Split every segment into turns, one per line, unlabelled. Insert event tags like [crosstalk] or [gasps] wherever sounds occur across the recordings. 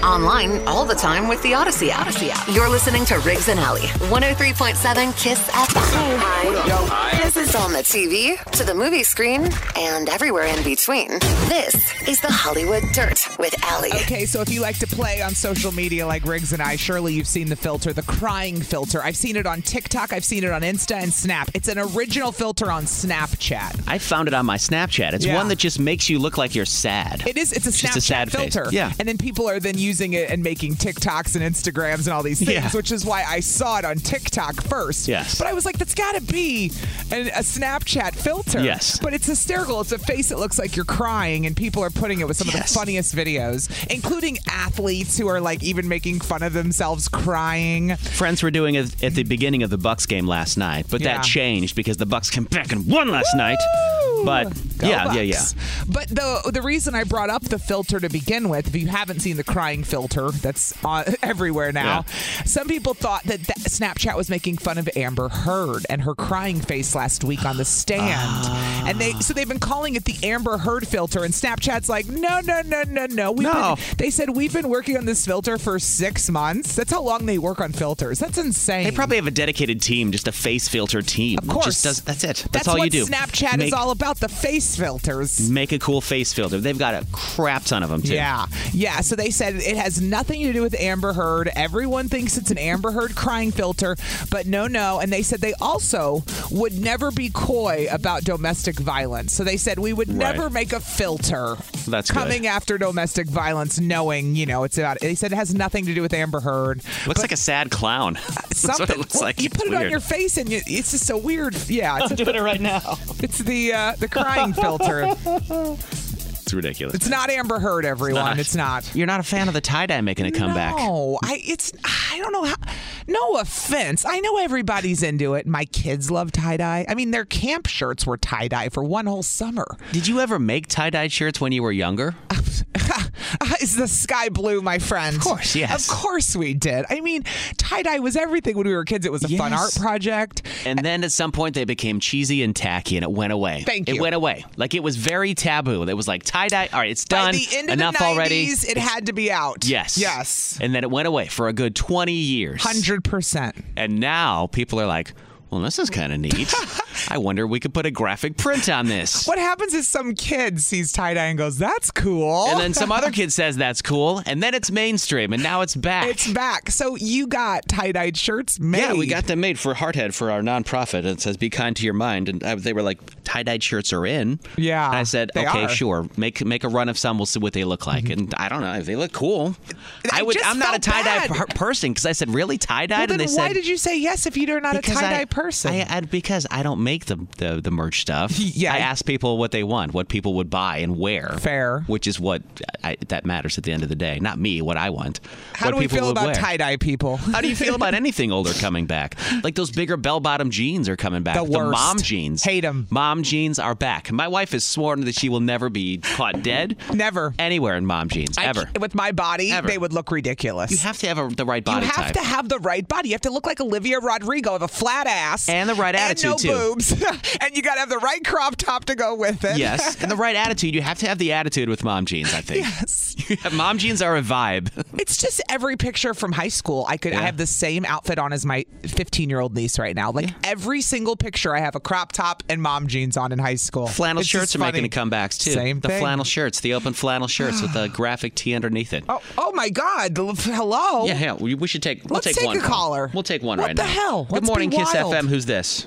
Online all the time with the Odyssey app. Odyssey app. You're listening to Riggs and Alley, 103.7 Kiss FM. This is on the TV, to the movie screen, and everywhere in between. This is the Hollywood Dirt with Alley.
Okay, so if you like to play on social media like Riggs and I, surely you've seen the filter, the crying filter. I've seen it on TikTok, I've seen it on Insta and Snap. It's an original filter on Snapchat.
I found it on my Snapchat. It's
Yeah.
one that just makes you look like you're sad.
It is. It's a Snapchat
just a sad face.
filter.
Yeah.
And then people are then using it and making TikToks and Instagrams and all these things,
Yeah.
which is why I saw it on TikTok first.
Yes.
But I was like, that's got to be an, a Snapchat filter.
Yes.
But it's hysterical. It's a face that looks like you're crying, and people are putting it with some of
Yes.
the funniest videos, including athletes who are like even making fun of themselves crying.
Friends were doing it at the beginning of the Bucks game last night, but
Yeah.
that changed because the Bucks came back and won last night. But
Go
yeah, yeah, yeah.
Bucks. But the the reason I brought up the filter to begin with, if you haven't seen the crying filter that's on, [laughs] everywhere now, some people thought that, that Snapchat was making fun of Amber Heard and her crying face last week on the stand,
Ah.
and they so they've been calling it the Amber Heard filter, and Snapchat's like, no, no, no, no, no. We've
No.
Been, they said we've been working on this filter for six months. That's how long they work on filters. That's insane.
They probably have a dedicated team, just a face filter team.
of
that
course.
Just does, that's it. That's,
That's,
all
what
you do.
Snapchat
make,
is all about the face filters.
Make a cool face filter. They've got a crap ton of them too.
Yeah. Yeah. So they said it has nothing to do with Amber Heard. Everyone thinks it's an Amber Heard crying filter, but no, no. And they said they also would never be coy about domestic violence. So they said we would
Right.
never make a filter
That's good.
coming after domestic violence, knowing, you know, it's about, they said it has nothing to do with
[laughs]
Amber Heard.
Looks like a sad clown. [laughs] That's
Something.
what it looks
well,
like.
You
It's
put it on
weird.
your face, and you, it's just so weird. Yeah, it's,
I'm doing it right now.
it's the uh,
[laughs]
the crying filter.
It's ridiculous.
It's not Amber Heard, everyone. It's not.
You're not a fan of the tie dye making a comeback.
No, I it's I don't know how. No offense, I know everybody's into it. My kids love tie dye. I mean, their camp shirts were tie dye for one whole summer. [laughs]
Did you ever make tie dye shirts when you were younger?
Is the sky blue, my friend? Of
course, yes.
Of course we did. I mean, tie dye was everything when we were kids. It was a fun art
Yes.
project.
And then at some point they became cheesy and tacky, and it went away.
Thank you.
It went away. Like it was very taboo. It was like tie dye. All right, it's done.
By the end of
Enough
the 90s,
already.
it had to be out.
yes.
Yes.
And then it went away for a good 20 years.
100%.
And now people are like, well, this is kind of
[laughs]
neat. I wonder if we could put a graphic print on this.
What happens is some kid sees tie dye and goes, that's cool.
And
[laughs]
then some other kid says that's cool, and then it's mainstream, and now it's back.
it's back. So you got tie dyed shirts made.
Yeah, we got them made for Hearthead for our nonprofit. And it says, "Be kind to your mind." And I, they were like, "Tie-dyed shirts are in."
Yeah,
And I said,
they
"Okay,
are.
sure. Make make a run of some. We'll see what they look like." And I don't know if they look cool.
I just
I'm not a
felt
tie-dye
bad.
per- person because I said, "Really tie-dyed?"
Well,
and
then
they
why
said,
did you say yes if you're not a
because I-
tie dye person?
I, I- because I don't make the, the the merch stuff.
Yeah.
I ask people what they want, what people would buy, and where.
Fair.
Which is what I, that matters at the end of the day. Not me, what I want.
How
what
do we
people
feel
would
about
wear.
tie dye people?
How do you feel about anything older coming back? Like those bigger bell-bottom jeans are coming back.
The worst.
mom jeans.
Hate 'em.
Mom mom jeans are back. My wife has sworn that she will never be caught dead.
Never.
Anywhere in mom jeans.
[laughs] I
ever.
c- with my body,
Ever.
they would look ridiculous.
You have to have a, the right body
you have
type.
to have the right body. You have to look like Olivia Rodrigo, have a flat ass,
And the right attitude,
and no
too.
boobs, [laughs] and you got to have the right crop top to go with it.
yes. And the right attitude. You have to have the attitude with mom jeans, I think.
Yes.
mom jeans are a
[laughs]
vibe.
[laughs] It's just every picture from high school. I could I have the same outfit on as my 15 year old niece right now. Like every single picture, I have a crop top and mom jeans on in high school.
Flannel
It's
shirts
just
are
funny.
making a comeback too.
Same
the
thing.
flannel shirts, the open flannel shirts with
[sighs]
the graphic tee underneath it.
Oh, oh my God! L- Hello.
Yeah, yeah. We, we should take. We'll
Let's
take,
take
one
a
call.
caller.
We'll take one
What
right
the
now.
hell?
Good
Let's be
morning, Kiss
wild.
FM. Who's this?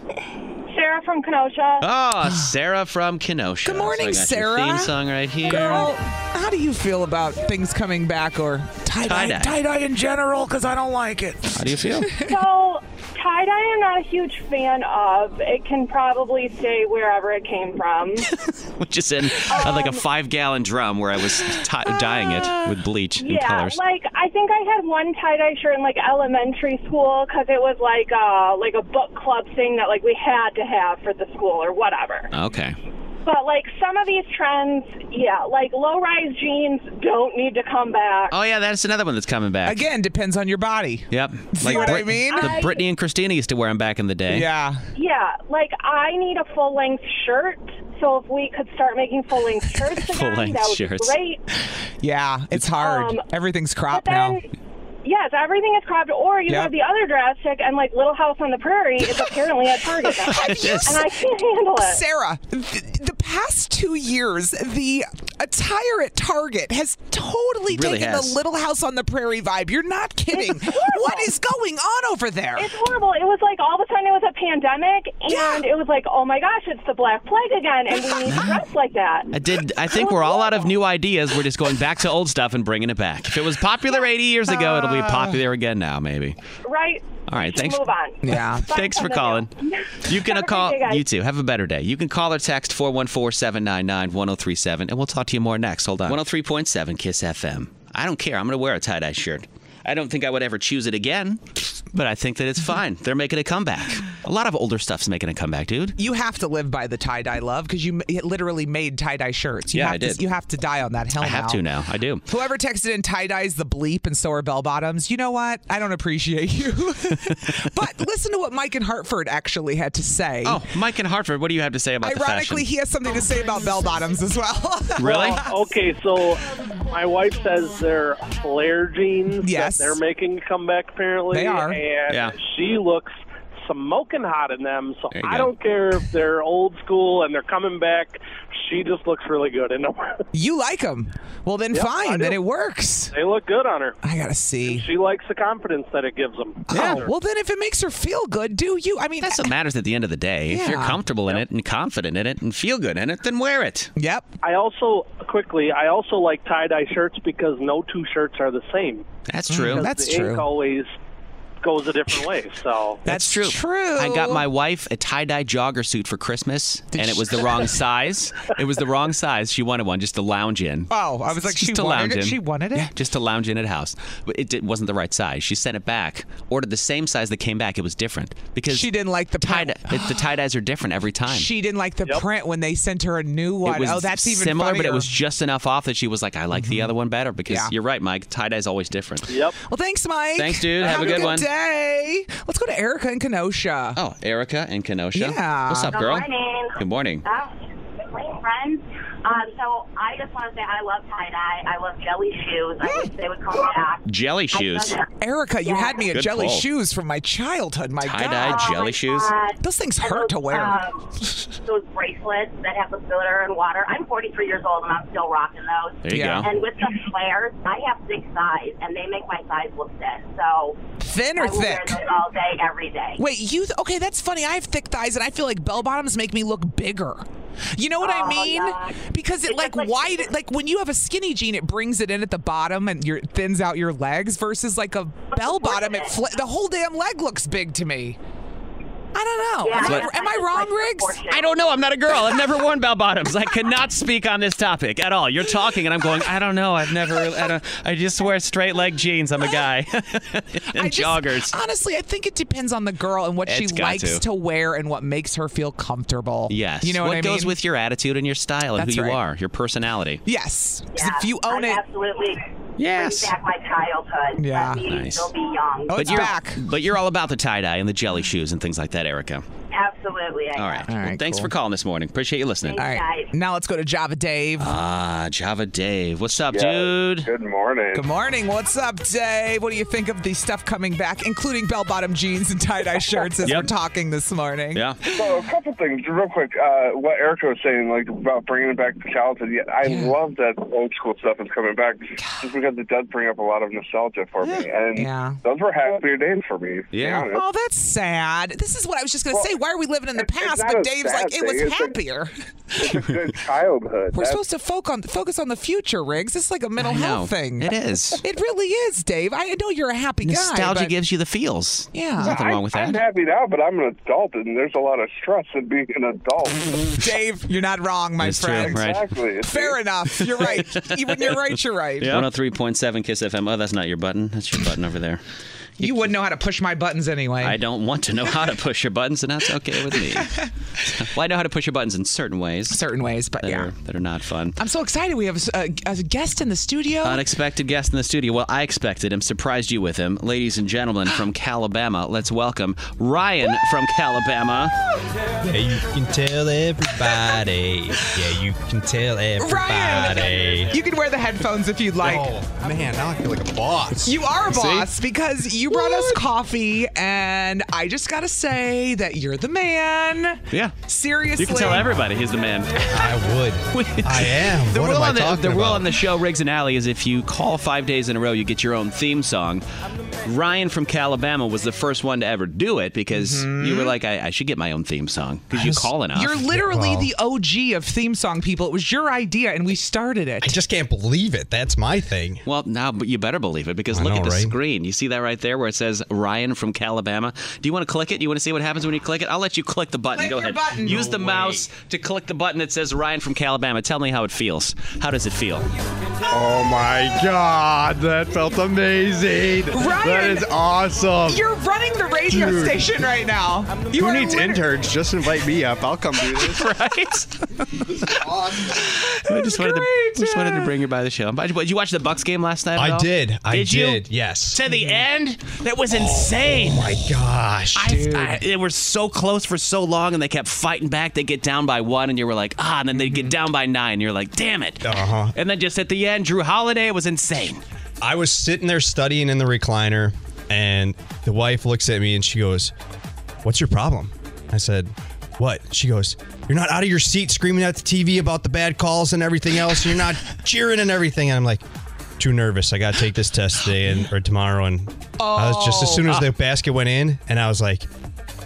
Sarah from Kenosha.
Oh, Sarah from Kenosha.
Good morning,
so I got your
Sarah.
theme song right here.
Girl, how do you feel about things coming back or tie
Tie-dye.
dye? Tie dye in general, because I don't like it.
How do you feel?
So, tie dye, I'm not a huge fan of. It can probably stay wherever it came from.
[laughs]
Um,
Which is in uh, like a five-gallon drum where I was ti dyeing it with bleach and
Uh, yeah,
colors.
like I think I had one tie dye shirt in like elementary school because it was like a like a book club thing that like we had to have for the school or whatever.
okay.
But like some of these trends, yeah, like low rise jeans don't need to come back.
Oh yeah, that's another one that's coming back.
Again, depends on your body.
[laughs]
Yep.
See what I
Brit-
mean?
The Britney and Christina used to wear them back in the day.
Yeah.
Yeah, like I need a full length shirt. So if we could start making
[laughs]
full length shirts again,
Full-length
that would
shirts.
be great.
Yeah. It's hard.
Um,
Everything's
But
cropped now.
then, yes, everything is cropped. Or you
Yep.
have the other drastic, and like Little House on the Prairie is apparently at Target,
[laughs]
now.
It
and
is.
I can't handle it.
Sarah, th- the past two years, the attire at Target has totally
Really
taken
has.
the Little House on the Prairie vibe. You're not kidding.
horrible.
what is going on over there?
It's horrible. It was like all of a sudden it was a pandemic, and
Yeah.
it was like, oh my gosh, it's the Black Plague again, and we
[laughs]
need to dress like that.
I did. I think we're all out of new ideas. We're just going back to old stuff and bringing it back. If it was popular 80 years ago, it'll be popular again now, maybe.
Uh. Right?
All right,
Just
thanks.
Move on.
Yeah.
Bye,
Thanks for
Sunday.
calling. You can
Have a great
call.
day, guys.
You too. Have a better day. You can call or text 414 799 1037, and we'll talk to you more next. Hold on. 103.7 Kiss FM. I don't care. I'm going to wear a tie dye shirt. I don't think I would ever choose it again, but I think that it's
[laughs]
fine. They're making a comeback. A lot of older stuff's making a comeback, dude.
You have to live by the tie dye love because you m- it literally made tie dye shirts. You
Yeah,
have
I
to,
did.
You have to die on that. Hell,
I have to now. I do.
Whoever texted in tie dyes the bleep and so are bell bottoms. You know what? I don't appreciate you. [laughs] but listen to what Mike in Hartford actually had to say.
Oh, Mike in Hartford, what do you have to say about
Ironically,
the
he has something to say about bell bottoms as well.
fashion? [laughs] Really?
Oh, Okay, so my wife says they're flare jeans.
[laughs] Yes.
That they're making a comeback apparently.
They are.
And
Yeah.
she looks smoking hot in them. So
There you
I
go.
don't care if they're old school and they're coming back. She just looks really good in them.
You like them. Well, then
I
fine.
do.
Then it works.
they look good on her.
I got to see.
She likes the confidence that it gives them.
Oh, well, then if it makes her feel good, do you? I mean,
That's what matters at the end of the day. If you're
Yeah.
comfortable in it and confident in it and feel good in it, then wear it.
[clears throat] yep.
I also quickly. I also like tie dye shirts because no two shirts are the same.
Mm. That's true.
That's-
the
true.
Ink always goes a different way. So
That's true.
true.
I got my wife a tie dye jogger suit for Christmas, and it was
[laughs]
the wrong size. It was the wrong size. She wanted one just to lounge in.
Oh, I was like,
Just
she
to
wanted
lounge
it.
in.
She wanted it.
Yeah, just to lounge in at house. But it, it wasn't the right size. She sent it back. Ordered the same size that came back. It was different because
She didn't like the
tie.
pi-
dye the tie dyes are different every time.
She didn't like the print when they sent her a new one.
It was
oh, that's even
similar, but it
funnier. Mm-hmm.
was just enough off that she was like, "I like the other one better." Because
Yeah.
you're right, Mike. Tie dye's always different.
yep.
Well, thanks, Mike.
Thanks, dude. Have a good one.
day. Let's go to Erica in Kenosha.
Oh, Erica and Kenosha.
Yeah.
What's up,
Good
girl?
morning.
Good morning.
Oh, good morning, friends. Um, so I just want to say I love tie dye. I love jelly shoes. I wish they would come back.
Jelly shoes.
Erica, you had me at
Good
jelly
pull.
shoes from my childhood. My
Tie
God.
Oh
dye jelly shoes.
Those things hurt to wear.
Um, those bracelets that have the glitter and water. I'm 43 years old and I'm still rocking those.
There you
Yeah.
go.
And with the flares, I have thick thighs, and they make my thighs look thin. So
Thin
I
or
will wear
thick?
those all day, every day.
Wait, you okay? That's funny. I have thick thighs, and I feel like bell bottoms make me look bigger. You know what I
Oh,
mean?
yeah.
Because it
It's
like
just like-
wide, like when you have a skinny jean, it brings it in at the bottom and your thins out your legs. Versus like a bell bottom, it fl- the whole damn leg looks big to me. I I don't know.
Yeah,
am,
I-
I, am I wrong, Riggs?
I don't know. I'm not a girl.
[laughs]
I've never worn bell bottoms. I cannot speak on this topic at all. You're talking, and I'm going. I don't know. I've never. I don't. I just wear straight leg jeans. I'm a guy. [laughs] and [laughs] joggers.
Honestly, I think it depends on the girl and what she
It's got
likes
to.
to. wear and what makes her feel comfortable.
Yes.
You know what, I mean?
goes with your attitude and your style and
That's
who you
right.
are, your personality.
Yes. 'Cause if you
own it, absolutely.
Yes.
Bring back my childhood.
Yeah.
Let me
Nice.
still be young.
Oh,
you're, But you're all about the tie dye and the jelly shoes and things like that, Erica.
Absolutely. I
All
am.
right. Well, thanks for calling this morning. Appreciate you listening.
All right.
Now let's go to Java Dave.
Ah, Java Dave. What's up, dude?
Good morning.
Good morning. What's up, Dave? What do you think of the stuff coming back, including bell bottom jeans and tie dye shirts as we're talking this morning?
Yeah.
So a couple things, real quick. Uh, what Erica was saying, like about bringing it back to childhood. Yeah, I love that old school stuff that's coming back, just because it does bring up a lot of nostalgia for me. And
Yeah.
those were happier days for me. to be honest.
Oh, that's sad. This is what I was just going to say. Why are we living in the past?
not a
But Dave's
sad
like, it was
thing. It's a-
happier.
It's a good childhood.
We're
That's-
supposed to foc- on, focus on the future, Riggs. It's like a mental
I
health
know.
thing.
It is.
It really is, Dave. I know you're a happy guy.
Nostalgia
but-
gives you the feels.
Yeah.
There's nothing
I-
wrong with
I'm
that.
happy now, but I'm an adult, and there's a lot of stress in being
[laughs]
an adult.
Dave, you're not wrong, my
It's true,
friend.
right.
Exactly.
Fair enough. You're right. You- when you're right, you're right.
103.7 Kiss FM. Oh, that's not your button. That's your button over there.
You wouldn't know how to push my buttons anyway.
I don't want to know how to push your buttons, and that's okay with me. well, I know how to push your buttons in certain ways.
[laughs] Certain ways, but
that yeah. Are, that are not fun.
I'm so excited. We have a, a guest in the studio.
Unexpected guest in the studio. Well, I expected him, surprised you with him. Ladies and gentlemen from Calabama, let's welcome Ryan from Calabama.
Yeah, you can tell everybody. Yeah, you can tell everybody.
You can wear the headphones if you'd like.
Oh, man, now I feel like a boss.
You are a
See?
boss because you brought us coffee, and I just gotta say that you're the man.
Yeah.
Seriously.
You can tell everybody he's the man.
I would. I am.
The
What
rule,
am I
on the,
talking
the rule
about?
on the show, Riggs and Alley, is if you call five days in a row, you get your own theme song. Ryan from Calabama was the first one to ever do it because you were like, I, I should get my own theme song because you call enough.
You're literally the OG of theme song people. It was your idea, and we started it. I
just can't believe it. That's my thing.
Well, now but you better believe it because
I
look
know,
at the
right?
screen. You see that right there where it says Ryan from Calabama. Do you want to click it? You want to see what happens when you click it? I'll let you click the button.
Click
Go
your
ahead.
button.
Use
No
the mouse to click the button that says Ryan from Calabama. Tell me how it feels. How does it feel?
Oh my God, that felt amazing. that
Ryan,
is awesome.
You're running the radio
Dude.
station right now. You
Who
are
needs interns? Just invite me up. I'll come do this.
right? I just wanted, to, just wanted to bring her by the show. But Did you watch the Bucks game last night? at
I
all?
did. I
did you?
did, yes.
To the end? That was insane. Oh
Mm-hmm. my gosh, dude.
I, they were so close for so long and they kept fighting back. They get down by one and you were like, ah, and then they get down by nine. You're like, damn it.
Mm-hmm. Uh-huh.
And then just at the end, Drew Holiday was insane.
I was sitting there studying in the recliner, and the wife looks at me and she goes, What's your problem? I said, What? She goes, You're not out of your seat screaming at the TV about the bad calls and everything else.
[laughs]
You're not cheering and everything. And I'm like, too nervous. I got to take this test today and or tomorrow. And I was just as soon as
Oh.
the basket went in, and I was like,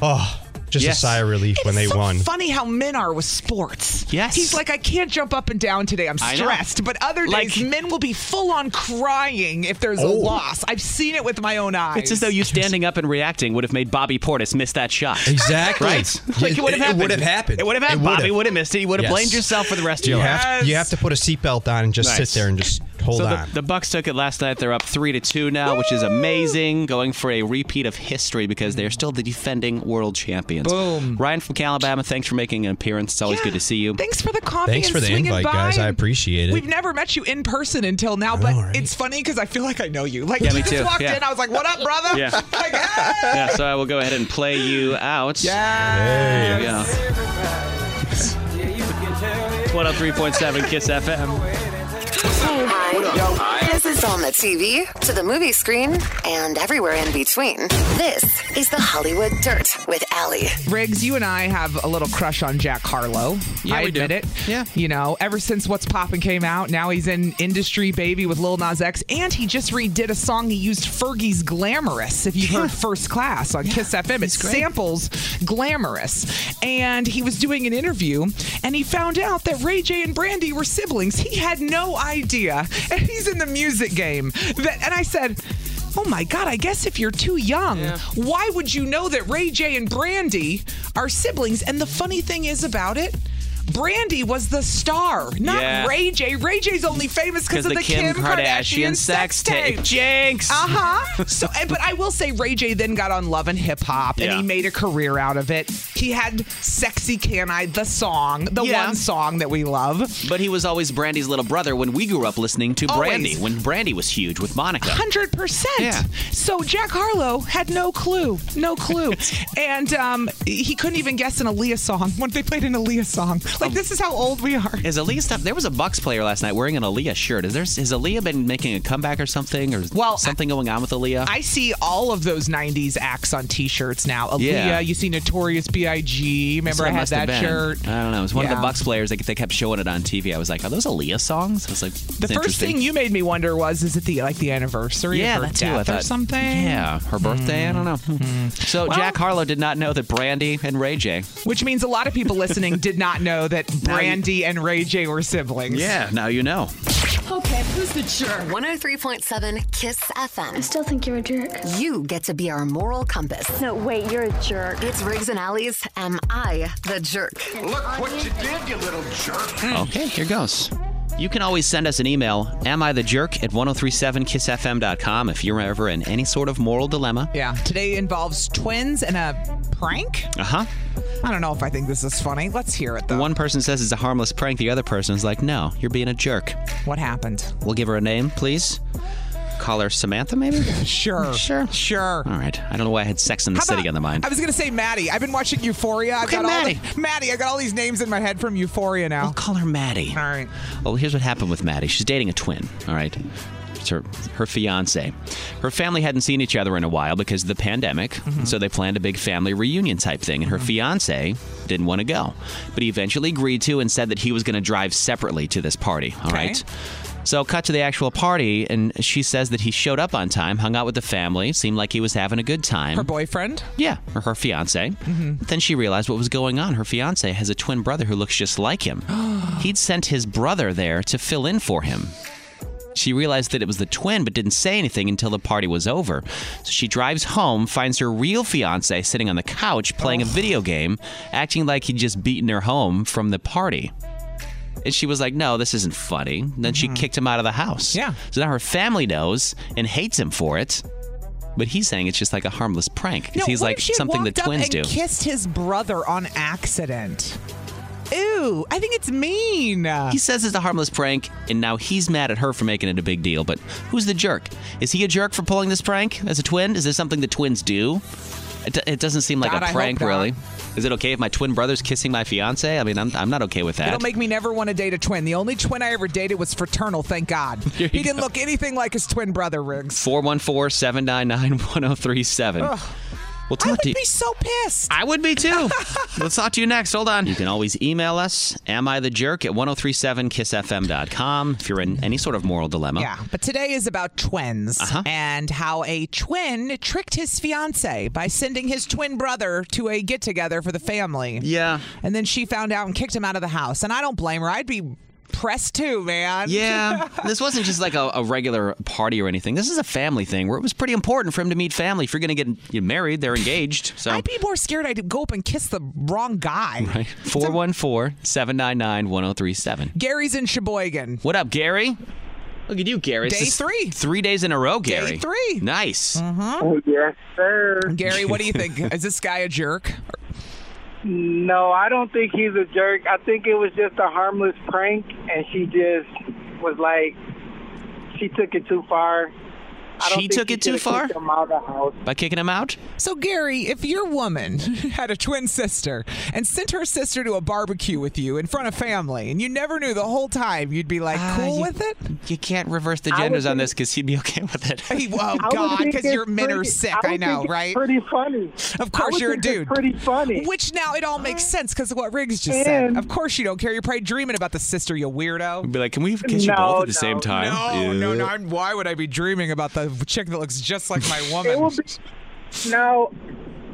Oh, just
Yes.
a sigh of relief when they
so
won.
funny how men are with sports.
Yes.
He's like, I can't jump up and down today. I'm
I know.
stressed. But other days,
Like-
men will be full on crying if there's a
Oh.
loss. I've seen it with my own eyes.
It's as though you standing up and reacting would have made Bobby Portis miss that shot.
Exactly.
Right?
Yes,
Like it would have
it- it
happened.
would have happened.
It would have
It
happened.
would
Bobby
have.
would have missed it. You would have
Yes.
blamed yourself for the rest of
You
your life.
have, you have to put a seatbelt on and just
Nice.
sit there and just hold
so
on.
The, the Bucks took it last night. They're up three to two now, which is amazing. Going for a repeat of history because they're still the defending world champions. Boom. Ryan from Alabama, thanks for making an appearance. It's always good to see you.
Thanks for the coffee
Thanks
and
for the
swinging
invite,
by
guys. I
and-
appreciate it.
We've never met you in person until now, but it's funny because I feel like I know you. Like
Yeah,
you
me
just
too.
walked
Yeah.
in, I was like, "What up, brother?"
Yeah.
Like, [laughs]
yeah, so I will go ahead and play you out.
Yes.
There you go. 103.7 Kiss FM.
Hi. This is on the TV, to the movie screen, and everywhere in between. This is the Hollywood Dirt with Allie.
Riggs, you and I have a little crush on Jack Harlow.
Yeah,
I
we do.
admit it. Yeah. You know, ever since What's Poppin' came out, now he's in Industry Baby with Lil Nas X, and he just redid a song he used Fergie's Glamorous, if you've heard First Class on Kiss FM. It samples Glamorous. And he was doing an interview, and he found out that Ray J and Brandy were [laughs] siblings. He had no idea. And he's in the music game. That, and I said, Oh my God, I guess if you're too young, why would you know that Ray J and Brandy are siblings? And the funny thing is about it, Brandy was the star, not
Yeah.
Ray J. Ray J's only famous because of the, Kim, Kardashian, sex tape.
Jinx.
Uh huh. [laughs] So, and- but I will say, Ray J then got on Love and Hip Hop, and
Yeah.
he made a career out of it. He had "Sexy Can I," the song, the
Yeah.
one song that we love.
But he was always Brandy's little brother when we grew up listening to Brandy
Always.
when Brandy was huge with Monica.
Hundred percent. So Jack Harlow had no clue, no [laughs] clue, and um, he couldn't even guess an Aaliyah song when they played an Aaliyah song. Like this is how old we are.
Is Aaliyah stuff? There was a Bucks player last night wearing an Aaliyah shirt. Is there? Has Aaliyah been making a comeback or something? Or well, something going on with Aaliyah?
I see all of those '90s acts on T-shirts now. Aaliyah,
Yeah.
you see Notorious
So
B.I.G. Remember,
it
I had
must have
that
been.
shirt.
I don't know. It was one of
Yeah.
the Bucks players. They, they kept showing it on TV. I was like, are those Aaliyah songs? I was like,
The first thing you made me wonder was, is it the like the anniversary
yeah,
of her
that too, I
death or
thought.
something? Mm-hmm.
Yeah, her birthday. I don't know. [laughs] So Jack Harlow did not know that Brandy and Ray J.
Which means a lot of people listening did not know
[laughs]
that Brandy and Ray J were siblings.
Yeah, now you know.
Okay, who's the jerk? 103.7 Kiss FM. I still think you're a jerk. You get to be our moral compass. No, wait, you're a jerk. It's Riggs and Allies. Am I the jerk? Look what you did, you little jerk.
Mm.
Okay, here goes. You can always send us an email, am I the jerk at 1037kissfm.com if you're ever in any sort of moral dilemma.
Yeah. Today involves twins and a prank.
Uh huh.
I don't know if I think this is funny. Let's hear it though.
One person says it's a harmless prank, the other person is like, no, you're being a jerk.
What happened?
We'll give her a name, please. Call her Samantha,
[laughs]
maybe?
Sure. Sure. Sure.
All right. I don't know why I had sex in the city on the mind.
I was gonna say Maddie. I've been watching Euphoria. I've
Okay,
got All the, Maddie. I got all these names in my head from Euphoria now. I'll
call her Maddie.
All right.
Well, here's what happened with Maddie. She's dating a twin, all right? It's her, her fiance. Her family hadn't seen each other in a while because of the pandemic,
Mm-hmm.
and so they planned a big family reunion type thing, and her fiance didn't want to go. But he eventually agreed to and said that he was going to drive separately to this party, All right. So, cut to the actual party, and she says that he showed up on time, hung out with the family, seemed like he was having a good time.
Her boyfriend?
Yeah, Mm-hmm. or her fiance. But then she realized what was going on. Her fiance has a twin brother who looks just like [gasps] him. He'd sent his brother there to fill in for him. She realized that it was the twin, but didn't say anything until the party was over. So she drives home, finds her real fiance sitting on the couch playing a video game, acting like he'd just beaten her home from the party. And she was like, no, this isn't funny. And then she kicked him out of the house. Mm-hmm. Yeah. So now her family knows and hates him for it. But he's saying it's just like a harmless prank. 'cause
No,
he's
what
like
if she had
something the
walked up
twins
and
do.
Kissed his brother on accident. Ew, I think it's mean.
He says it's a harmless prank, and now he's mad at her for making it a big deal. But who's the jerk? Is he a jerk for pulling this prank as a twin? Is this something the twins do? It, do- it doesn't seem like
God, I
a
hope
prank,
not.
really. Is it okay if my twin brother's kissing my fiance? I mean, I'm, I'm not okay with that.
It'll make me never want to date a twin. The only twin I ever dated was fraternal, thank [laughs] God. He didn't look anything like his twin brother, Riggs.
414 799 1037.
Ugh.
We'll
I
talk
would
to you.
be so pissed.
I would be
[laughs]
too. Let's talk to you next. Hold on. You can always email us, am I the jerk at 1037kissfm.com if you're in any sort of moral dilemma.
Yeah, but today is about twins
Uh-huh.
and how a twin tricked his fiance by sending his twin brother to a get together for the family.
Yeah.
And then she found out and kicked him out of the house. And I don't blame her. I'd be pressed too, man. [laughs]
Yeah. this wasn't just like a, a regular party or anything. This is a family thing where it was pretty important for him to meet family. If you're going to get you know, married, they're engaged. So
I'd be more scared I'd go up and kiss the wrong guy.
414 799 1037.
Gary's in Sheboygan.
What up, Gary? Look at you, Gary. This
Day
is
three.
Three days in a row, Gary.
Day three.
Nice.
Uh-huh.
Yes, sir.
Gary, what do
[laughs]
you think? Is this guy a jerk?
No, I don't think he's a jerk. I think it was just a harmless prank, and she just was like, she took it too far. I don't
She
think
took it too
should've
far?
kicked him out of the house.
By kicking him out?
So, Gary, if your woman [laughs] had a twin sister and sent her sister to a barbecue with you in front of family and you never knew the whole time, you'd be like,
Ah,
cool with
[laughs]
it?
You can't reverse the
I would
genders on
think-
this because he'd be [laughs] okay with it.
Hey, oh,
I would
God,
think
because
it's
your men are
pretty-
sick.
would
I know,
think it's
right?
Pretty funny.
Of
I
course,
would
you're a
think it's
dude.
Pretty funny.
Which now it all makes sense because of what Riggs just said. Of course, you don't care. You're probably dreaming about the sister, you weirdo.
be like, can we
kiss you No, both at the no,
same time?
No, no, no. I'm, why would I be dreaming about the chick that looks just like my woman?
[laughs] It will be, now,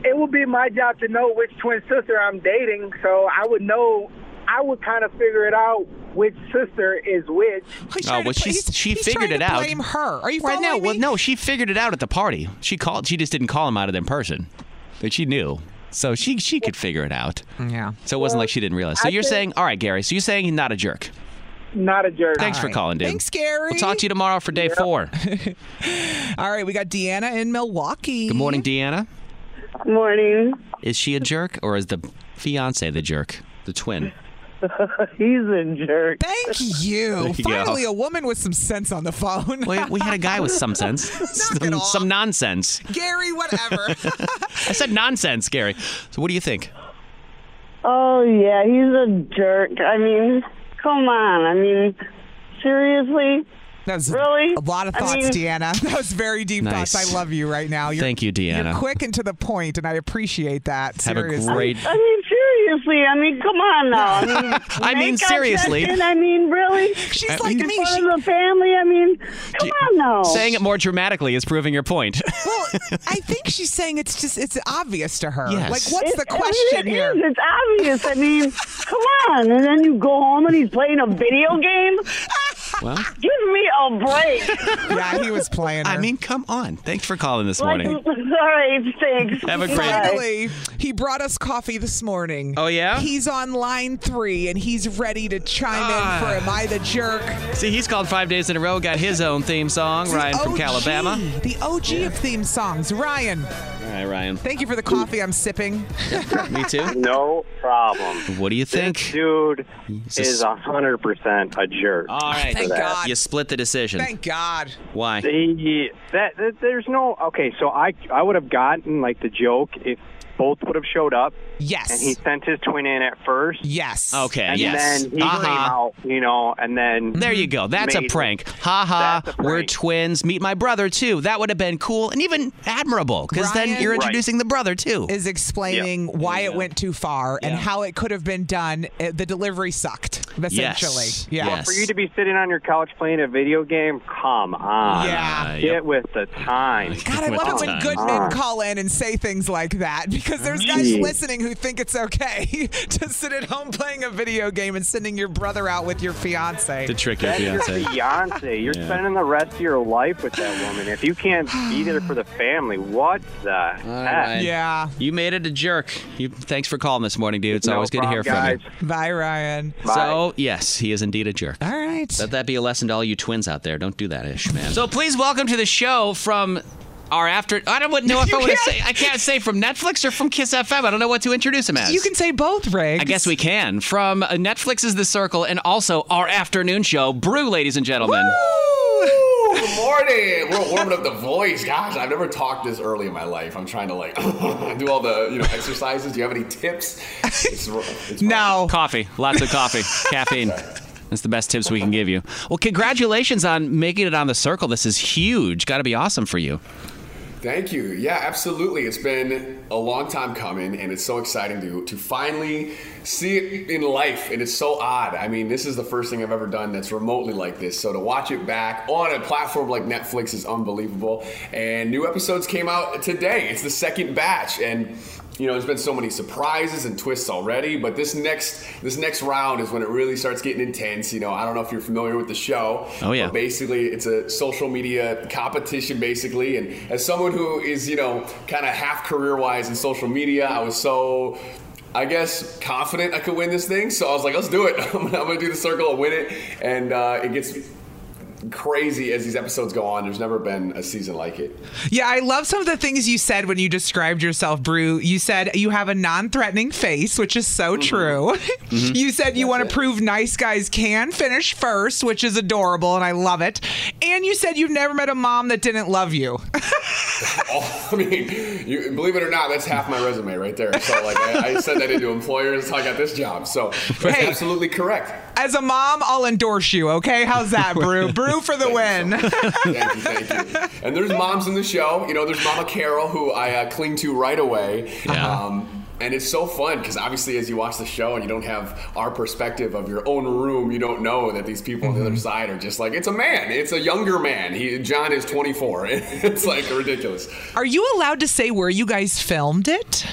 it would be my job to know which twin sister I'm dating, so I would know. I would kind of figure it out which sister is which.
Oh, well, she's, she figured it out.
her. Are you
Well, no, well, no, she figured it out at the party. She called. She just didn't call him out of it in person, but she knew. So she she could figure it out.
Yeah.
So it wasn't like she didn't realize. So
I
you're
think-
saying, all right, Gary. So you're saying he's not a jerk.
Not a jerk.
Thanks for calling, dude.
Thanks, Gary.
We'll talk to you tomorrow for day four.
All right, we got Deanna in Milwaukee.
Good morning, Deanna.
Morning.
Is she a jerk or is the fiance the jerk? The twin.
[laughs] He's a jerk.
Thank you.
There you go.
Finally, a woman with some sense on the phone.
Wait, we had a guy with
[laughs]
some sense. some, some nonsense.
[laughs] Gary, whatever.
[laughs] I said nonsense, Gary. So what do you think?
Oh yeah, he's a jerk. I mean, come on. I mean, seriously.
That's
really
a lot of thoughts, Deanna. [laughs] That was very deep
Nice.
thoughts. I love you right now. You're,
Thank you, Deanna.
You're quick and to the point, and I appreciate that.
Have a
Seriously.
great-
I mean, seriously. I mean, come on now. I mean,
[laughs] I mean,
makeup
seriously.
session, I mean, really.
She's like
in front of the family. I mean, come on now.
Saying it more dramatically is proving your point. [laughs]
Well, I think she's saying it's just it's obvious to her.
Yes.
Like, what's
It-
the question
I mean, it
here?
is. It's obvious.
[laughs]
I mean, come on. And then you go home and he's playing a video game.
[laughs] Well,
Give me a break.
yeah, he was
[laughs]
playing.
I mean, come on. Thanks for calling this
Like,
morning.
[laughs] all right, thanks.
Have a great-
Finally, he brought us coffee this morning.
Oh, yeah?
He's on line three and he's ready to chime in for Am I the Jerk?
Ah. See, he's called five days in a row, got his own theme song, Ryan from
OG,
Calabama.
The OG of theme songs. Ryan,
All right, Ryan.
thank you for the coffee I'm sipping.
[laughs] Me too.
No problem.
What do you think?
Dude
a
is a hundred percent a jerk.
All right.
for that.
You split the decision.
Thank God.
Why?
The, that, that there's no okay. So I I would have gotten like the joke if both would have showed up.
Yes.
And he sent his twin in at first.
Yes.
Okay,
And
yes.
then he
Uh-huh.
came out, you know, and then
There you go. That's a
made-
prank. Ha ha. We're twins. Meet my brother too. That would have been cool and even admirable because then
Ryan-
you're
Right.
introducing the brother too.
Is explaining why it went too far and how it could have been done. Uh, The delivery sucked, essentially. Yeah.
Well, for you to be sitting on your couch playing a video game, come
Ah,
on.
Yeah.
Get with the time.
God, I love it when good
Ah.
men call in and say things like that because there's guys
Jeez.
listening who think it's okay [laughs] to sit at home playing a video game and sending your brother out with your fiance.
To trick your
That's
fiance.
your fiance. You're
Yeah.
spending the rest of your life with that woman. If you can't be there for the family, what the heck?
Yeah.
You made it a jerk. You, thanks for calling this morning, dude. It's
No
always good
problem,
to hear
guys.
from you.
Bye, Ryan.
So, yes, he is indeed a jerk. All
right.
Let that be a lesson to all you twins out there. Don't do that ish, man. So, please welcome to the show from our after. I don't know if I
[laughs] You
want to
can't-
say. I can't say from Netflix or from Kiss FM. I don't know what to introduce him as.
You can say both, Riggs.
I guess we can. From uh, Netflix's The Circle and also our afternoon show, Brew, ladies and gentlemen.
Good morning. We're warming up the voice. Gosh, I've never talked this early in my life. I'm trying to like [laughs] do all the you know exercises. Do you have any tips? It's,
[laughs]
it's
No.
Coffee. Lots of coffee. [laughs] Caffeine. That's the best tips we can give you. Well, congratulations on making it on The Circle. This is huge. Got to be awesome for you.
Thank you. Yeah, absolutely. It's been a long time coming, and it's so exciting to to finally see it in life. And it's so odd. I mean, this is the first thing I've ever done that's remotely like this. So to watch it back on a platform like Netflix is unbelievable. And new episodes came out today. It's the second batch, and you know, there's been so many surprises and twists already, but this next this next round is when it really starts getting intense. You know, I don't know if you're familiar with the show.
Oh, yeah.
but basically it's a social media competition basically and as someone who is you know kind of half career wise in social media i was so I guess confident I could win this thing, so I was like, "Let's do it! [laughs] I'm gonna, I'm gonna do the circle and win it." And uh, it gets crazy as these episodes go on. There's never been a season like it. [laughs]
Yeah, I love some of the things you said when you described yourself, Brew. You said you have a non threatening face, which is so true. [laughs]
Mhm.
you said you want to prove nice guys can finish first, which is adorable, and I love it. And you said you've never met a mom that didn't love you.
Oh, I mean, you, believe it or not, that's half my resume right there. So like, I, I said that into employers, how I got this job. So that's
Hey.
absolutely correct.
As a mom, I'll endorse you, okay?
[laughs]
How's that, Brew? Brew for the win.
[laughs] thank you, thank you. And there's moms in the show. You know, there's Mama Carol who I uh, cling to right away.
Yeah.
Um, and it's so fun because obviously, as you watch the show and you don't have our perspective of your own room, you don't know that these people on the other side are just like, it's a man, it's a younger man. He, John is [laughs] 24. it's like ridiculous.
Are you allowed to say where you guys filmed it?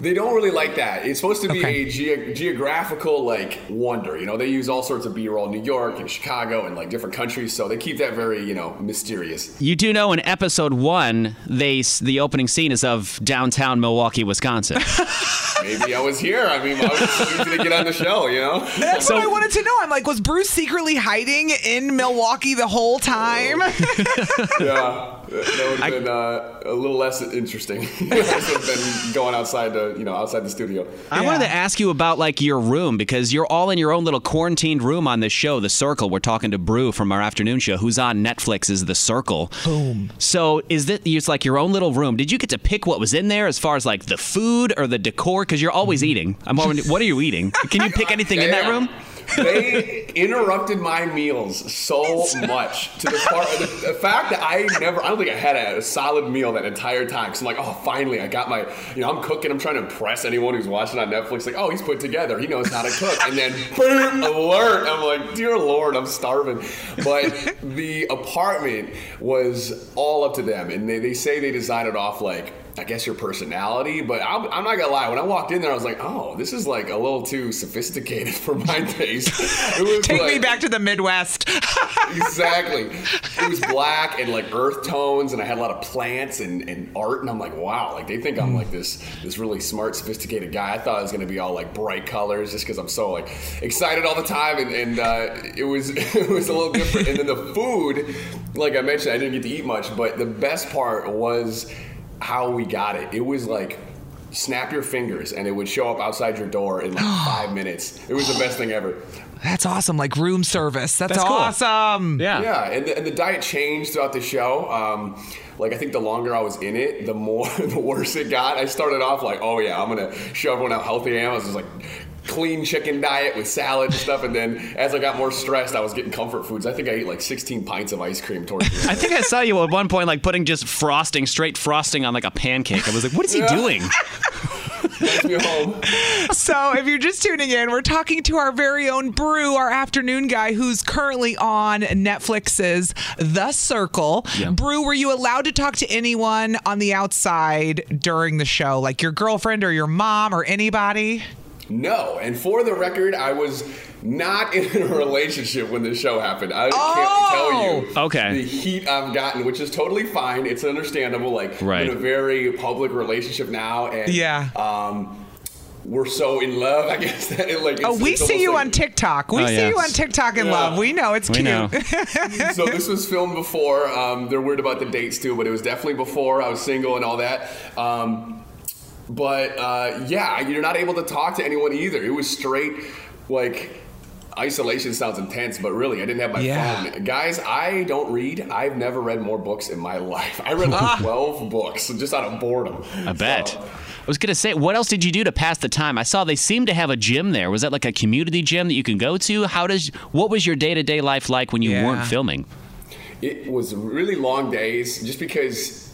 They don't really like that. It's supposed to be
Okay.
a ge- geographical like wonder. You know, they use all sorts of B-roll, New York and Chicago and like different countries, so they keep that very you know
[laughs]
mysterious.
You do know in episode one, they s- the opening scene is of downtown Milwaukee, Wisconsin.
Maybe I was here. I mean, I was just easy to get on the show. You know.
That's what [laughs] I wanted to know. I'm like, was Bruce secretly hiding in Milwaukee the whole time?
[laughs]
yeah, that would have been uh, a little less interesting. [laughs] I would have been going outside to, you know, outside the studio.
I wanted to ask you about like your room because you're all in your own little quarantined room on this show, The Circle. We're talking to Brew from our afternoon show, who's on Netflix, is The Circle. Boom. So is that it's like your own little room? Did you get to pick what was in there as far as like the food or the decor? Because you're always eating. I'm wondering, what are you eating? Can you pick anything in that
Yeah.
room?
they interrupted my meals so much to the part the, the fact that I never I don't think I had a, solid meal that entire time because I'm like oh finally I got my you know I'm cooking I'm trying to impress anyone who's watching on Netflix like oh he's put together he knows how to cook and then [laughs] boom alert I'm like dear lord I'm starving
[laughs]
but the apartment was all up to them and they, they say they designed it off like I guess your personality, but I'm, I'm not gonna lie. When I walked in there, I was like, "Oh, this is like a little too sophisticated [laughs] for my taste." It was
[laughs] Take me
like-
back to the Midwest.
exactly. It was black and like earth tones, and I had a lot of plants and, and art, and I'm like, wow, like they think I'm like this this really smart, sophisticated guy. I thought it was gonna be all like bright colors, just because I'm so like excited all the time, and, and uh, it was [laughs] it was a little different. And then the food, like I mentioned, I didn't get to eat much, but the best part was how we got it. It was like. Snap your fingers, and it would show up outside your door in like five minutes. It was the best thing ever.
That's awesome. Like room service. That's,
That's cool.
awesome.
Yeah, and the, and the diet changed throughout the show. Um, like I think the longer I was in it, the more [laughs] the worse it got. I started off like, oh yeah, I'm gonna show everyone how healthy I am. I was just like clean chicken diet with salad and stuff. And then as I got more stressed, I was getting comfort foods. I think I ate like 16 pints of ice cream towards the end.
I think I saw you at one point like putting just frosting, straight frosting on like a pancake. I was like, what is he
Yeah.
doing? [laughs]
so if you're just tuning in, we're talking to our very own Brew, our afternoon guy, who's currently on Netflix's The Circle.
Yeah.
Brew, were you allowed to talk to anyone on the outside during the show, like your girlfriend or your mom or anybody?
No, and for the record, I was not in a relationship when this show happened. I can't tell you
Oh! Okay.
the heat I've gotten, which is totally fine. It's understandable. Like I'm
Right.
in a very public relationship now, and [laughs]
Yeah.
um, we're so in love. I guess [laughs] that it, like
oh,
it's-
we
it's
see
almost
you
like-
on TikTok. We
Oh,
see
yeah.
you on TikTok in
Yeah.
love. We know it's
We
cute. [laughs]
know. so this was filmed before. Um, they're weird about the dates too, but it was definitely before I was single and all that. Um, but uh, yeah, you're not able to talk to anyone either. It was straight like isolation sounds intense, but really, I didn't have my
Yeah.
phone. Guys, I don't read. I've never read more books in my life. I
[laughs]
read like 12 books just out of boredom.
I bet. I was gonna say, what else did you do to pass the time? I saw they seemed to have a gym there. Was that like a community gym that you can go to? How does what was your day to day life like when you weren't filming?
It was really long days just because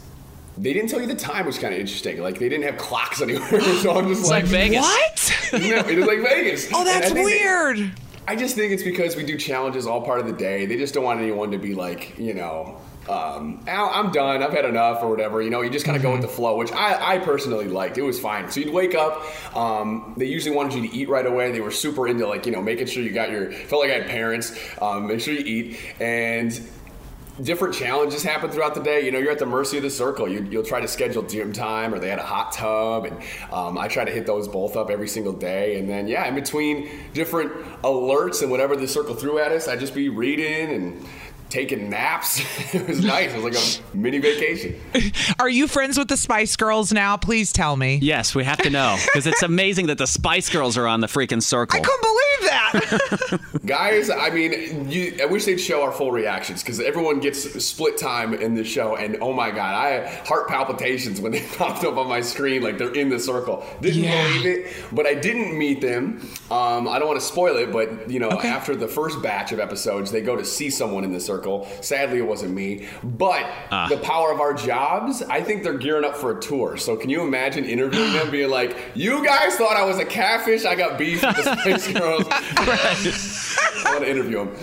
they didn't tell you the time was kind of interesting. Like they didn't have clocks anywhere. So I'm just
It's like Vegas.
What?
Yeah, it is like Vegas.
Oh,
And I
that's
think they-
weird.
I just think it's because we do challenges all part of the day. They just don't want anyone to be like, you know, um, "Ow, I'm done. I've had enough or whatever. You know, you just kind of go with the flow, which I, I personally liked. It was fine. So you'd wake up. Um, they usually wanted you to eat right away. They were super into like, you know, making sure you got your, felt like I had parents, um, make sure you eat. And different challenges happen throughout the day. You know, you're at the mercy of the circle. You, you'll try to schedule gym time, or they had a hot tub, and um, I try to hit those both up every single day. And then, yeah, in between different alerts and whatever the circle threw at us, I'd just be reading and taking naps. [laughs] it was nice. It was like a mini vacation.
Are you friends with the Spice Girls now? Please tell me.
Yes, we have to know because it's amazing that the Spice Girls are on the freaking circle.
Believe that.
Guys, I mean, you, I wish they'd show our full reactions because everyone gets split time in the show, and oh my god, I had heart palpitations when they [laughs] popped up on my screen, like they're in the circle. Didn't believe it, but I didn't meet them. Um, I don't want to spoil it, but you know, after the first batch of episodes, they go to see someone in the circle. Sadly, it wasn't me, but
Ah.
the power of our jobs, I think they're gearing up for a tour. So can you imagine interviewing them, being [laughs] like, "You guys thought I was a catfish? I got beef with the Spice Girls." I want to interview him.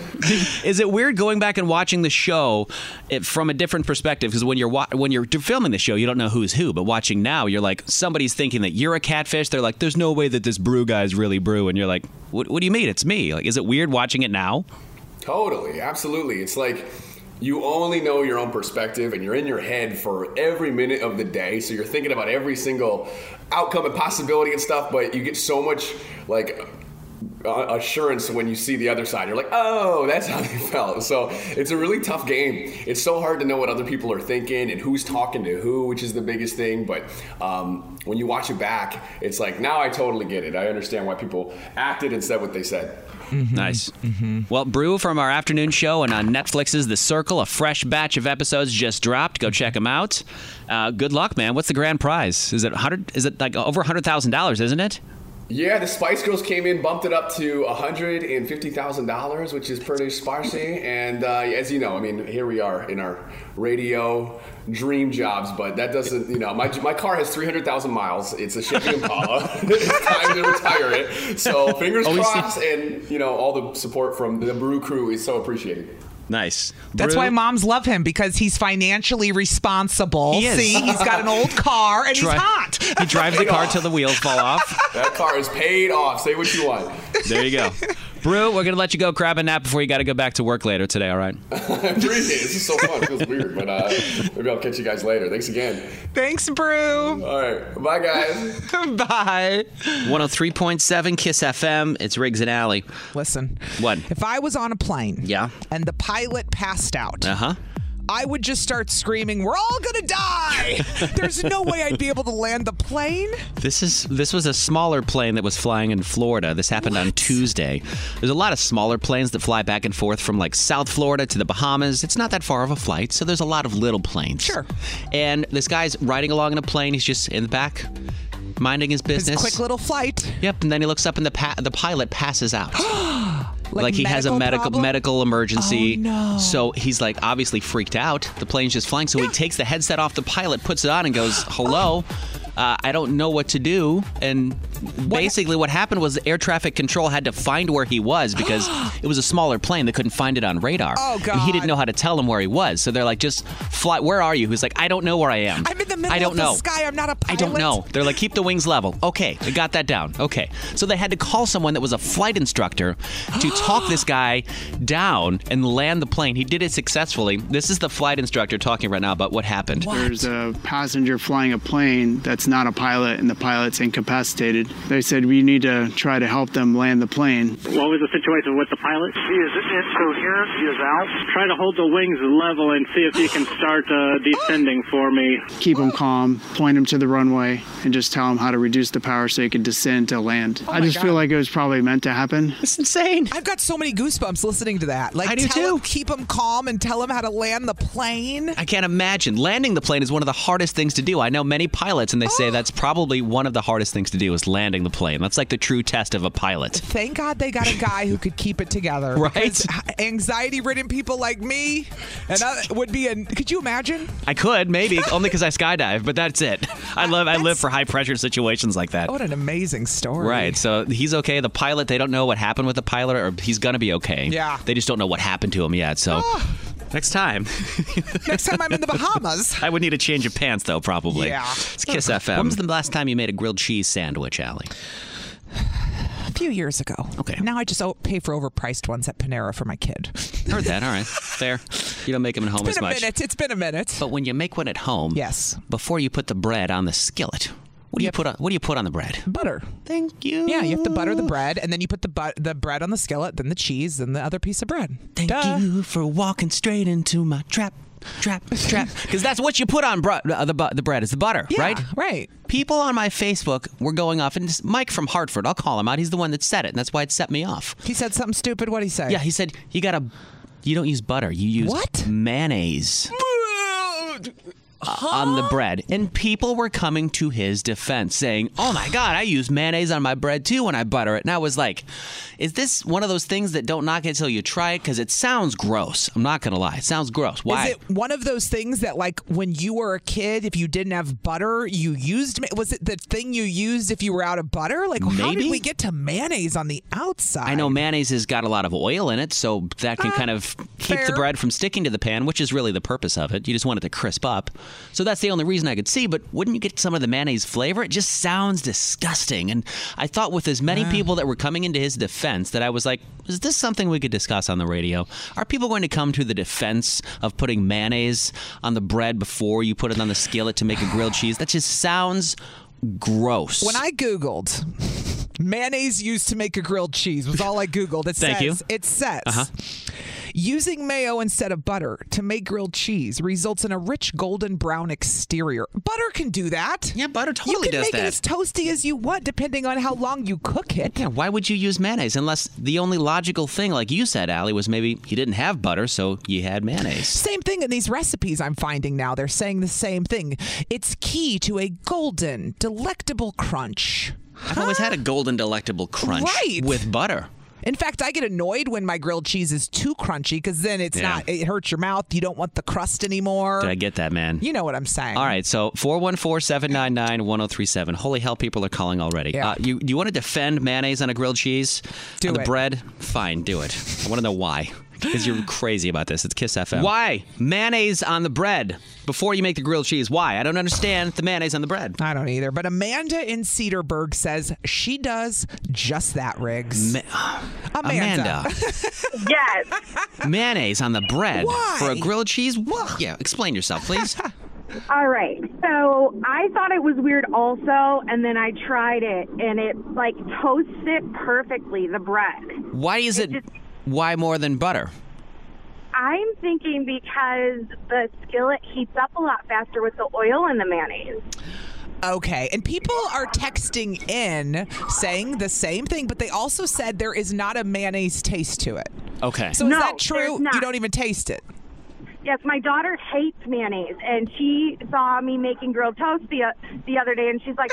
Is it weird going back and watching the show it, from a different perspective? Because when you're wa- when you're filming the show, you don't know who's who. But watching now, you're like somebody's thinking that you're a catfish. They're like, "There's no way that this brew guy's really brew," and you're like, "What, what do you mean? It's me." Like, is it weird watching it now?
Totally, absolutely. It's like you only know your own perspective and you're in your head for every minute of the day. So you're thinking about every single outcome and possibility and stuff, but you get so much like uh, assurance when you see the other side. You're like, oh, that's how [laughs] they felt. So it's a really tough game. It's so hard to know what other people are thinking and who's talking to who, which is the biggest thing. But um, when you watch it back, it's like, now I totally get it. I understand why people acted and said what they said.
Nice. Well, Brew from our afternoon show and on Netflix's The Circle, a fresh batch of episodes just dropped. Go check them out. Uh, good luck, man. What's the grand prize? Is it hundred? Is it like over hundred thousand dollars? Isn't it?
Yeah, the Spice Girls came in, bumped it up to $150,000, which is pretty sparsy. And uh, as you know, I mean, here we are in our radio dream jobs, but that doesn't, you know, my, my car has 300,000 miles. It's a Chevy Impala. [laughs] it's time to retire it. So fingers
Always-
crossed, and, you know, all the support from the Brew crew is so appreciated.
Nice.
That's why moms love him because he's financially responsible.
He is.
See, he's got an old car and
Dri-
he's hot.
He drives the car till the wheels fall off.
That car is paid off. Say what you want. [laughs]
There you go. Brew, we're gonna let you go grab a nap before you got to go back to work later today. All right.
I appreciate it. This is so fun. It feels weird, but uh, maybe I'll catch you guys later. Thanks again.
[laughs] Thanks, Brew.
All right. Bye, guys.
Bye.
103.7 Kiss FM. Um, It's Riggs and Alley.
Listen.
What?
If I was on a plane
Yeah.
and the pilot passed out,
Uh huh.
I would just start screaming, We're all
[laughs]
gonna die! There's no way I'd be able to land the plane.
This is this was a smaller plane that was flying in Florida. This happened on Tuesday. There's a lot of smaller planes that fly back and forth from like South Florida to the Bahamas. It's not that far of a flight, so there's a lot of little planes. Sure. And this guy's riding along in a plane. He's just in the back, minding his business.
quick little flight.
Yep. And then he looks up, and the pa- the pilot passes
[gasps]
out.
Like
he has a
medical
medical
problem?
medical emergency.
Oh, no.
So he's like obviously freaked out. The plane's just flying. So he takes the headset off the pilot, puts it on, and goes, "Hello,
Oh.
uh, I don't know what to do." And basically, what happened was air traffic control had to find where he
[gasps]
was because it was a smaller plane. They couldn't find it on radar.
Oh,
And he didn't know how to tell him where he was. So they're like, "Just fly. Where are you?" He's like, "I don't know where I am.
I'm in the middle
I don't
of
know.
the sky. I'm not a
I
pilot.
don't know. They're like, keep the wings level. Okay, I got that down. Okay. So they had to call someone that was a flight instructor
[gasps]
to talk this guy down and land the plane. He did it successfully. This is the flight instructor talking right now about what happened.
There's a passenger flying a plane that's not a pilot, and the pilot's incapacitated. They said we need to try to help them land the plane.
What was the situation with the pilot? He is incoherent. He is out. Try to hold the wings level and see if you can start uh, descending for me.
Keep them calm, point them to the runway, and just tell them how to reduce the power so you can descend to land. I
Oh my
just feel
God.
like it was probably meant to happen.
It's insane.
I've got so many goosebumps listening to that. Like,
I do
tell Him, keep him calm and tell him how to land the plane.
I can't imagine. Landing the plane is one of the hardest things to do. I know many pilots, and they say
Oh.
that's probably one of the hardest things to do is landing the plane. That's like the true test of a pilot.
Thank God they got a guy who could keep it together.
[laughs] Right?
because Anxiety-ridden people like me, and I would be. An, could you imagine?
I could, maybe, only because I skydive, but that's it. I
Ah,
love I live for high pressure situations like that.
What an amazing story.
Uh, Right. So he's okay. The pilot, they don't know what happened with the pilot, or he's going to be okay.
Yeah. Ah.
They just don't know what happened to him yet. So next time.
[laughs]
[laughs]
Next time I'm in the Bahamas.
I would need a change of pants, though, probably.
Yeah.
It's Kiss FM. When was the last time you made a grilled cheese sandwich, Allie?
A few years ago. Okay. Now I just o- pay for overpriced ones at Panera for my kid.
Heard that. All right. Fair. You don't make them at home
It's
as
been a
much.
minute. It's been a minute.
But when you make one at home, yes. before you put the bread on the skillet, what do you put on what do you put on the bread?
Butter.
Thank you.
Yeah, you have to butter the bread, and then you put the but- the bread on the skillet, then the cheese, then the other piece of bread. Thank
you for walking straight into my trap. Trap,
[laughs]
trap. Because that's what you put on br- uh, the bu- the bread is the butter, right?
Right.
People on my Facebook were going off, and this Mike from Hartford, I'll call him out. He's the one that said it, and that's why it set me off.
He said something stupid. What did he say?
Yeah, he said you gotta, you don't use butter, you use what mayonnaise. on the bread. And people were coming to his defense saying, Oh my God, I use mayonnaise on my bread too when I butter it. And I was like, Is this one of those things that don't knock it until you try it? Because it sounds gross. I'm not going to lie. It sounds gross. Why?
Is it one of those things that, like, when you were a kid, if you didn't have butter, you used ma- was it the thing you used if you were out of butter? Like, how did
Maybe.
we get to mayonnaise on the outside?
I know mayonnaise has got a lot of oil in it, so that can kind of keep the bread from sticking to the pan, which is really the purpose of it. You just want it to crisp up. So that's the only reason I could see, but wouldn't you get some of the mayonnaise flavor? It just sounds disgusting. And I thought with as many people that were coming into his defense that I was like, is this something we could discuss on the radio? Are people going to come to the defense of putting mayonnaise on the bread before you put it on the skillet to make a grilled cheese? That just sounds gross.
When I Googled [laughs] mayonnaise used to make a grilled cheese was all I Googled. It
Thank
says
you.
it says
Uh-huh.
using mayo instead of butter to make grilled cheese results in a rich golden brown exterior. Butter can do that.
Yeah, butter
you
totally
can
does
make
that.
it as toasty as you want, depending on how long you cook it.
Yeah, why would you use mayonnaise unless the only logical thing, like you said, Allie, was maybe you didn't have butter, so you had mayonnaise.
Same thing in these recipes I'm finding now. They're saying the same thing. It's key to a golden, delectable crunch.
I've always had a golden delectable crunch
Right.
with butter.
In fact, I get annoyed when my grilled cheese is too crunchy because then it's
Yeah.
not, it hurts your mouth. You don't want the crust anymore.
Did I get that, man?
You know what I'm saying.
All right, so 414 799 1037. Holy hell, people are calling already.
Yeah.
Uh, you, you want to defend mayonnaise on a grilled cheese?
Do
on the
it.
bread? Fine, do it. I want to know why. Because you're crazy about this. It's Kiss FM. Why? Mayonnaise on the bread before you make the grilled cheese. Why? I don't understand the mayonnaise on the bread.
I don't either. But Amanda in Cedarburg says she does just that, Riggs. [sighs] Amanda.
[laughs]
Amanda.
Yes.
mayonnaise on the bread
Why?
for a grilled cheese? What? Yeah, explain yourself,
[laughs]
please.
All right. So I thought it was weird also, and then I tried it, and it like toasts it perfectly, the bread.
why is it? Why more than butter?
I'm thinking because the skillet heats up a lot faster with the oil and the mayonnaise.
Okay. And people are texting in saying the same thing, but they also said there is not a mayonnaise taste to it.
Okay.
So
No,
is that true?
there's not.
You don't even taste it.
Yes, my daughter hates mayonnaise, and she saw me making grilled toast the, the other day, and she's like,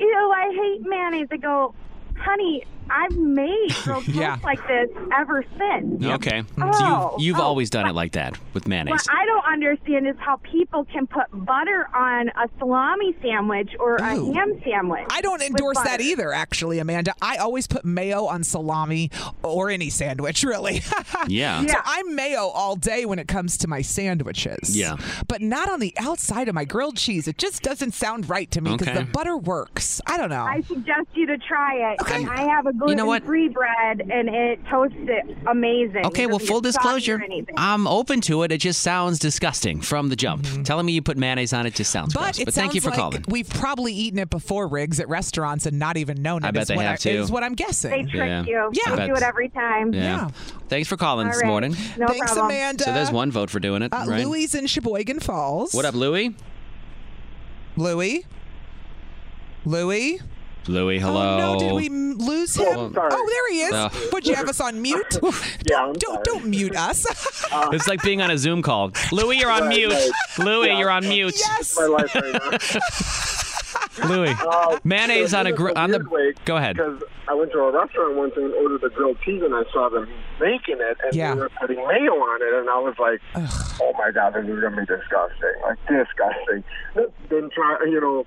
Ew, I hate mayonnaise. I go, Honey, I've
[laughs]
made grilled toast
Yeah.
like this ever since.
Okay.
Oh,
so you've, you've
oh,
always done it like that with mayonnaise.
What I don't understand is how people can put butter on a salami sandwich or a ham sandwich.
I don't endorse that either, actually, Amanda. I always put mayo on salami or any sandwich, really. [laughs]
Yeah.
So
Yeah.
I'm mayo all day when it comes to my sandwiches.
Yeah.
But not on the outside of my grilled cheese. It just doesn't sound right to me because
Okay.
the butter works. I don't know.
I suggest you to try it. And I have a
You
gluten
know what?
free bread and it toasts it amazing.
Okay,
It
well,
doesn't
full
get soggy or
disclosure,
anything.
I'm open to it. It just sounds disgusting from the jump. Telling me you put mayonnaise on it just sounds
Mm-hmm. but
gross.
it
but
sounds
thank you for
like
calling.
we've probably eaten it before, Riggs, at restaurants and not even known it.
I bet
is
they
what
have too.
Is what I'm guessing.
They trick Yeah. you.
Yeah.
I They do bet. it
every time.
Yeah. Thanks for calling
All
this
right.
morning.
No
Thanks,
problem.
Amanda.
So there's one vote for doing it,
Uh,
right?
Louie's in Sheboygan Falls.
What up, Louie?
Louie? Louie?
Louie, hello.
Oh, No, did we m- lose him?
Oh,
Oh, there he is.
Oh.
Would you have us on mute? yeah, don't, don't don't mute us. [laughs]
It's like being on a Zoom call. Louie, you're on
Right,
mute.
right.
Louie,
Yeah.
you're on mute.
Yes.
My life [laughs] Louie,
Uh,
mayonnaise
so
on a
this
gr-
is
on the.
weird way
Go ahead.
Because I went to a restaurant once and ordered the grilled cheese, and I saw them making it, and
Yeah.
they were putting mayo on it, and I was like, "Oh my god, this is gonna be disgusting! Like disgusting." Then try, you know,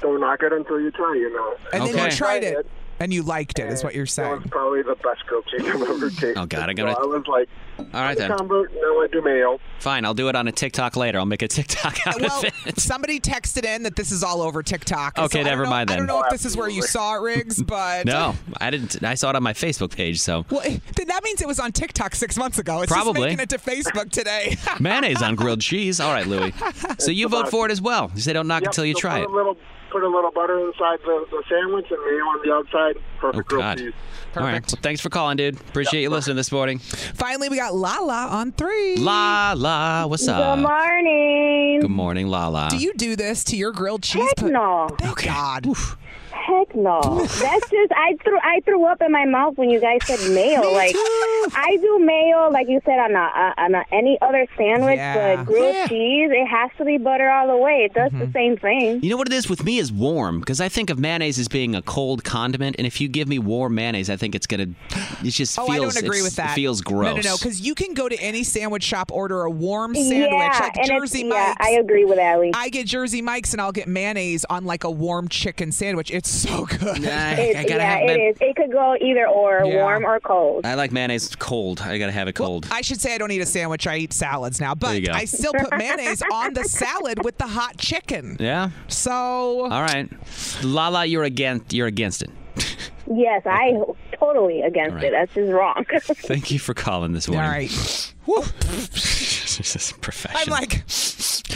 don't knock it until you try, you know.
And then you tried it and you liked it, is what you're saying.
[laughs]
Probably the best grilled cheese I've ever tasted.
Oh God, I
So I
gotta.
was like,
All right then.
"Combo, no, I do mayo."
Fine, I'll do it on a TikTok later. I'll make a TikTok out
Well,
of it.
somebody texted in that this is all over TikTok.
Okay,
I
never
don't know-
mind
I don't
then.
know if this is where you saw it,
[laughs]
Riggs, but
No, Oh, I didn't. I saw it on my Facebook page. So
Well, eh, then that means it was on TikTok six months ago. It's
Probably.
just making it to Facebook today. [laughs]
mayonnaise on grilled cheese. All right, Louie. So you vote for it as well. You say don't knock
Yep,
until you
so
try
put
it.
A little, put a little butter inside the, the sandwich and mayo on the outside. Perfect
Oh
grilled
God.
cheese.
All right. Well, thanks for calling, dude. Appreciate you listening this morning.
Finally, we got Lala on three.
La la, what's up?
Good
morning.
Good morning, La la.
Do you do this to your grilled cheese? Heck
no.
Thank God.
heck no. That's just I threw I threw up in my mouth when you guys said mayo. Like I do mayo, like you said, on a, on a, any other sandwich,
Yeah.
but grilled cheese, it has to be butter all the way. It does
Mm-hmm.
the same thing.
You know what it is with me is warm because I think of mayonnaise as being a cold condiment, and if you give me warm mayonnaise, I think it's gonna. It just
Oh,
feels.
I don't agree
it's-
with that.
It feels gross.
No, no, no. Because you can go to any sandwich shop, order a warm
Yeah,
sandwich, like
and it's-
Jersey
yeah,
Mike's.
I agree with Allie.
I get Jersey Mike's, and I'll get mayonnaise on like a warm chicken sandwich. It's so
It's-
good.
yeah, it is. It could go either or,
Yeah.
warm or cold.
I like mayonnaise cold. I gotta have it cold.
I should say I don't eat a sandwich. I eat salads now,
There
but
you go.
I still
[laughs]
put mayonnaise on the salad with the hot chicken.
yeah.
So. All
right, Lala, you're against. You're against it.
Yes, I totally against it. That's just wrong. [laughs]
Thank you for calling this morning.
All right.
[laughs] this is professional.
I'm like,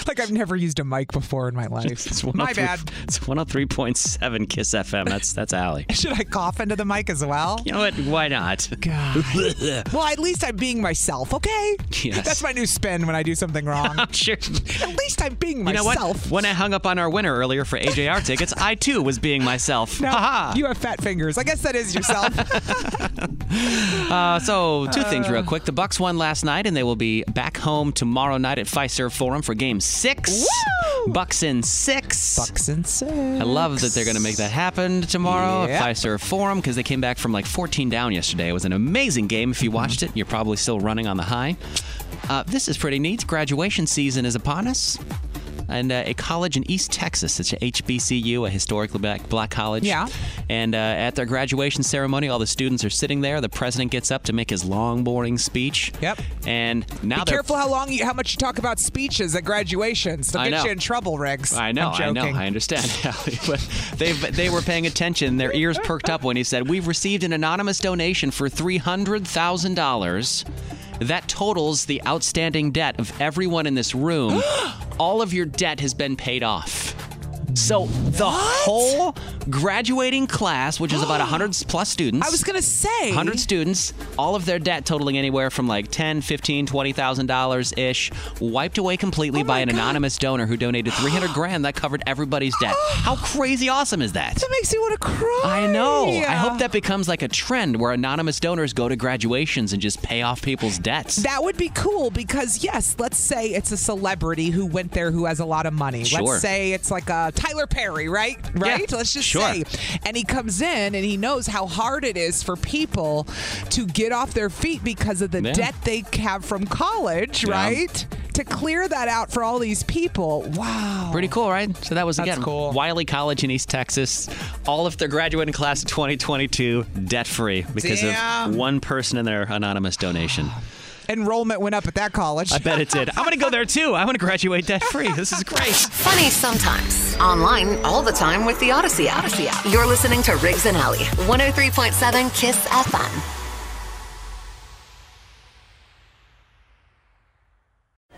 like I've never used a mic before in
[laughs]
my life. My
103
bad.
It's 103.7 Kiss FM. That's that's Allie.
Should I cough into the mic as well?
You know what? Why not? God.
Well, at least I'm being myself, okay?
Yes.
That's my new spin when I do
[laughs]
something wrong.
I'm [laughs] sure.
At least I'm being
You know
myself.
what? When I hung up on our winner earlier for AJR tickets, I too was being myself.
No,
Haha.
you have fat fingers. I guess that is
[laughs]
yourself.
Uh, so, two things
Uh.
real quick. The Bucks won last night, and they will be back home tomorrow night at Fiserv Forum for Game Six. Bucks in six. Bucks
in six.
I love that they're going to make that happen tomorrow at Fiserv Forum because they came back from like 14 down yesterday. It was an amazing game. If you watched it, you're probably still running on the high. Uh, this is pretty neat. Graduation season is upon us. And uh, a college in East Texas, it's a HBCU, a historically black, black college.
Yeah.
And uh, at their graduation ceremony, all the students are sitting there. The president gets up to make his long, boring speech. Yep. And now
Be
they're
careful how long you, how much you talk about speeches at graduations. They'll
I
get
know.
you in trouble, Riggs.
I know,
I'm
I know,
joking.
I understand, [laughs] Allie, but they they were paying attention. Their ears perked up when he said, "We've received an anonymous donation for three hundred thousand dollars. That totals the outstanding debt of everyone in this
[gasps]
room. All of your debt has been paid off." So the whole graduating class, which is about 100 plus students.
[gasps] I was gonna say
100 students, all of their debt totaling anywhere from like 10, 15, 20,000 dollars ish, wiped away
Oh
completely by an anonymous donor who donated 300 grand that covered everybody's
[gasps]
debt. How crazy awesome is that? That
makes me want to cry.
I know. I hope that becomes like a trend where anonymous donors go to graduations and just pay off people's debts.
That would be cool because yes, let's say it's a celebrity who went there who has a lot of money.
Sure.
Let's say it's like a Tyler Perry, right? Right? let's just
sure.
say. And he comes in and he knows how hard it is for people to get off their feet because of the
Yeah.
debt they have from college,
Yeah.
right? To clear that out for all these people. Wow.
Pretty cool, right? So that was
That's
again Wiley College in East Texas. All of their graduating class of 2022 debt free because
Damn.
of one person and their anonymous donation.
Enrollment went up at that college.
I bet it did. I'm gonna go there too. I'm gonna graduate debt free. This is great.
Funny sometimes. Online all the time with the Odyssey app. Odyssey app. You're listening to Riggs and Alley, 103.7 Kiss FM.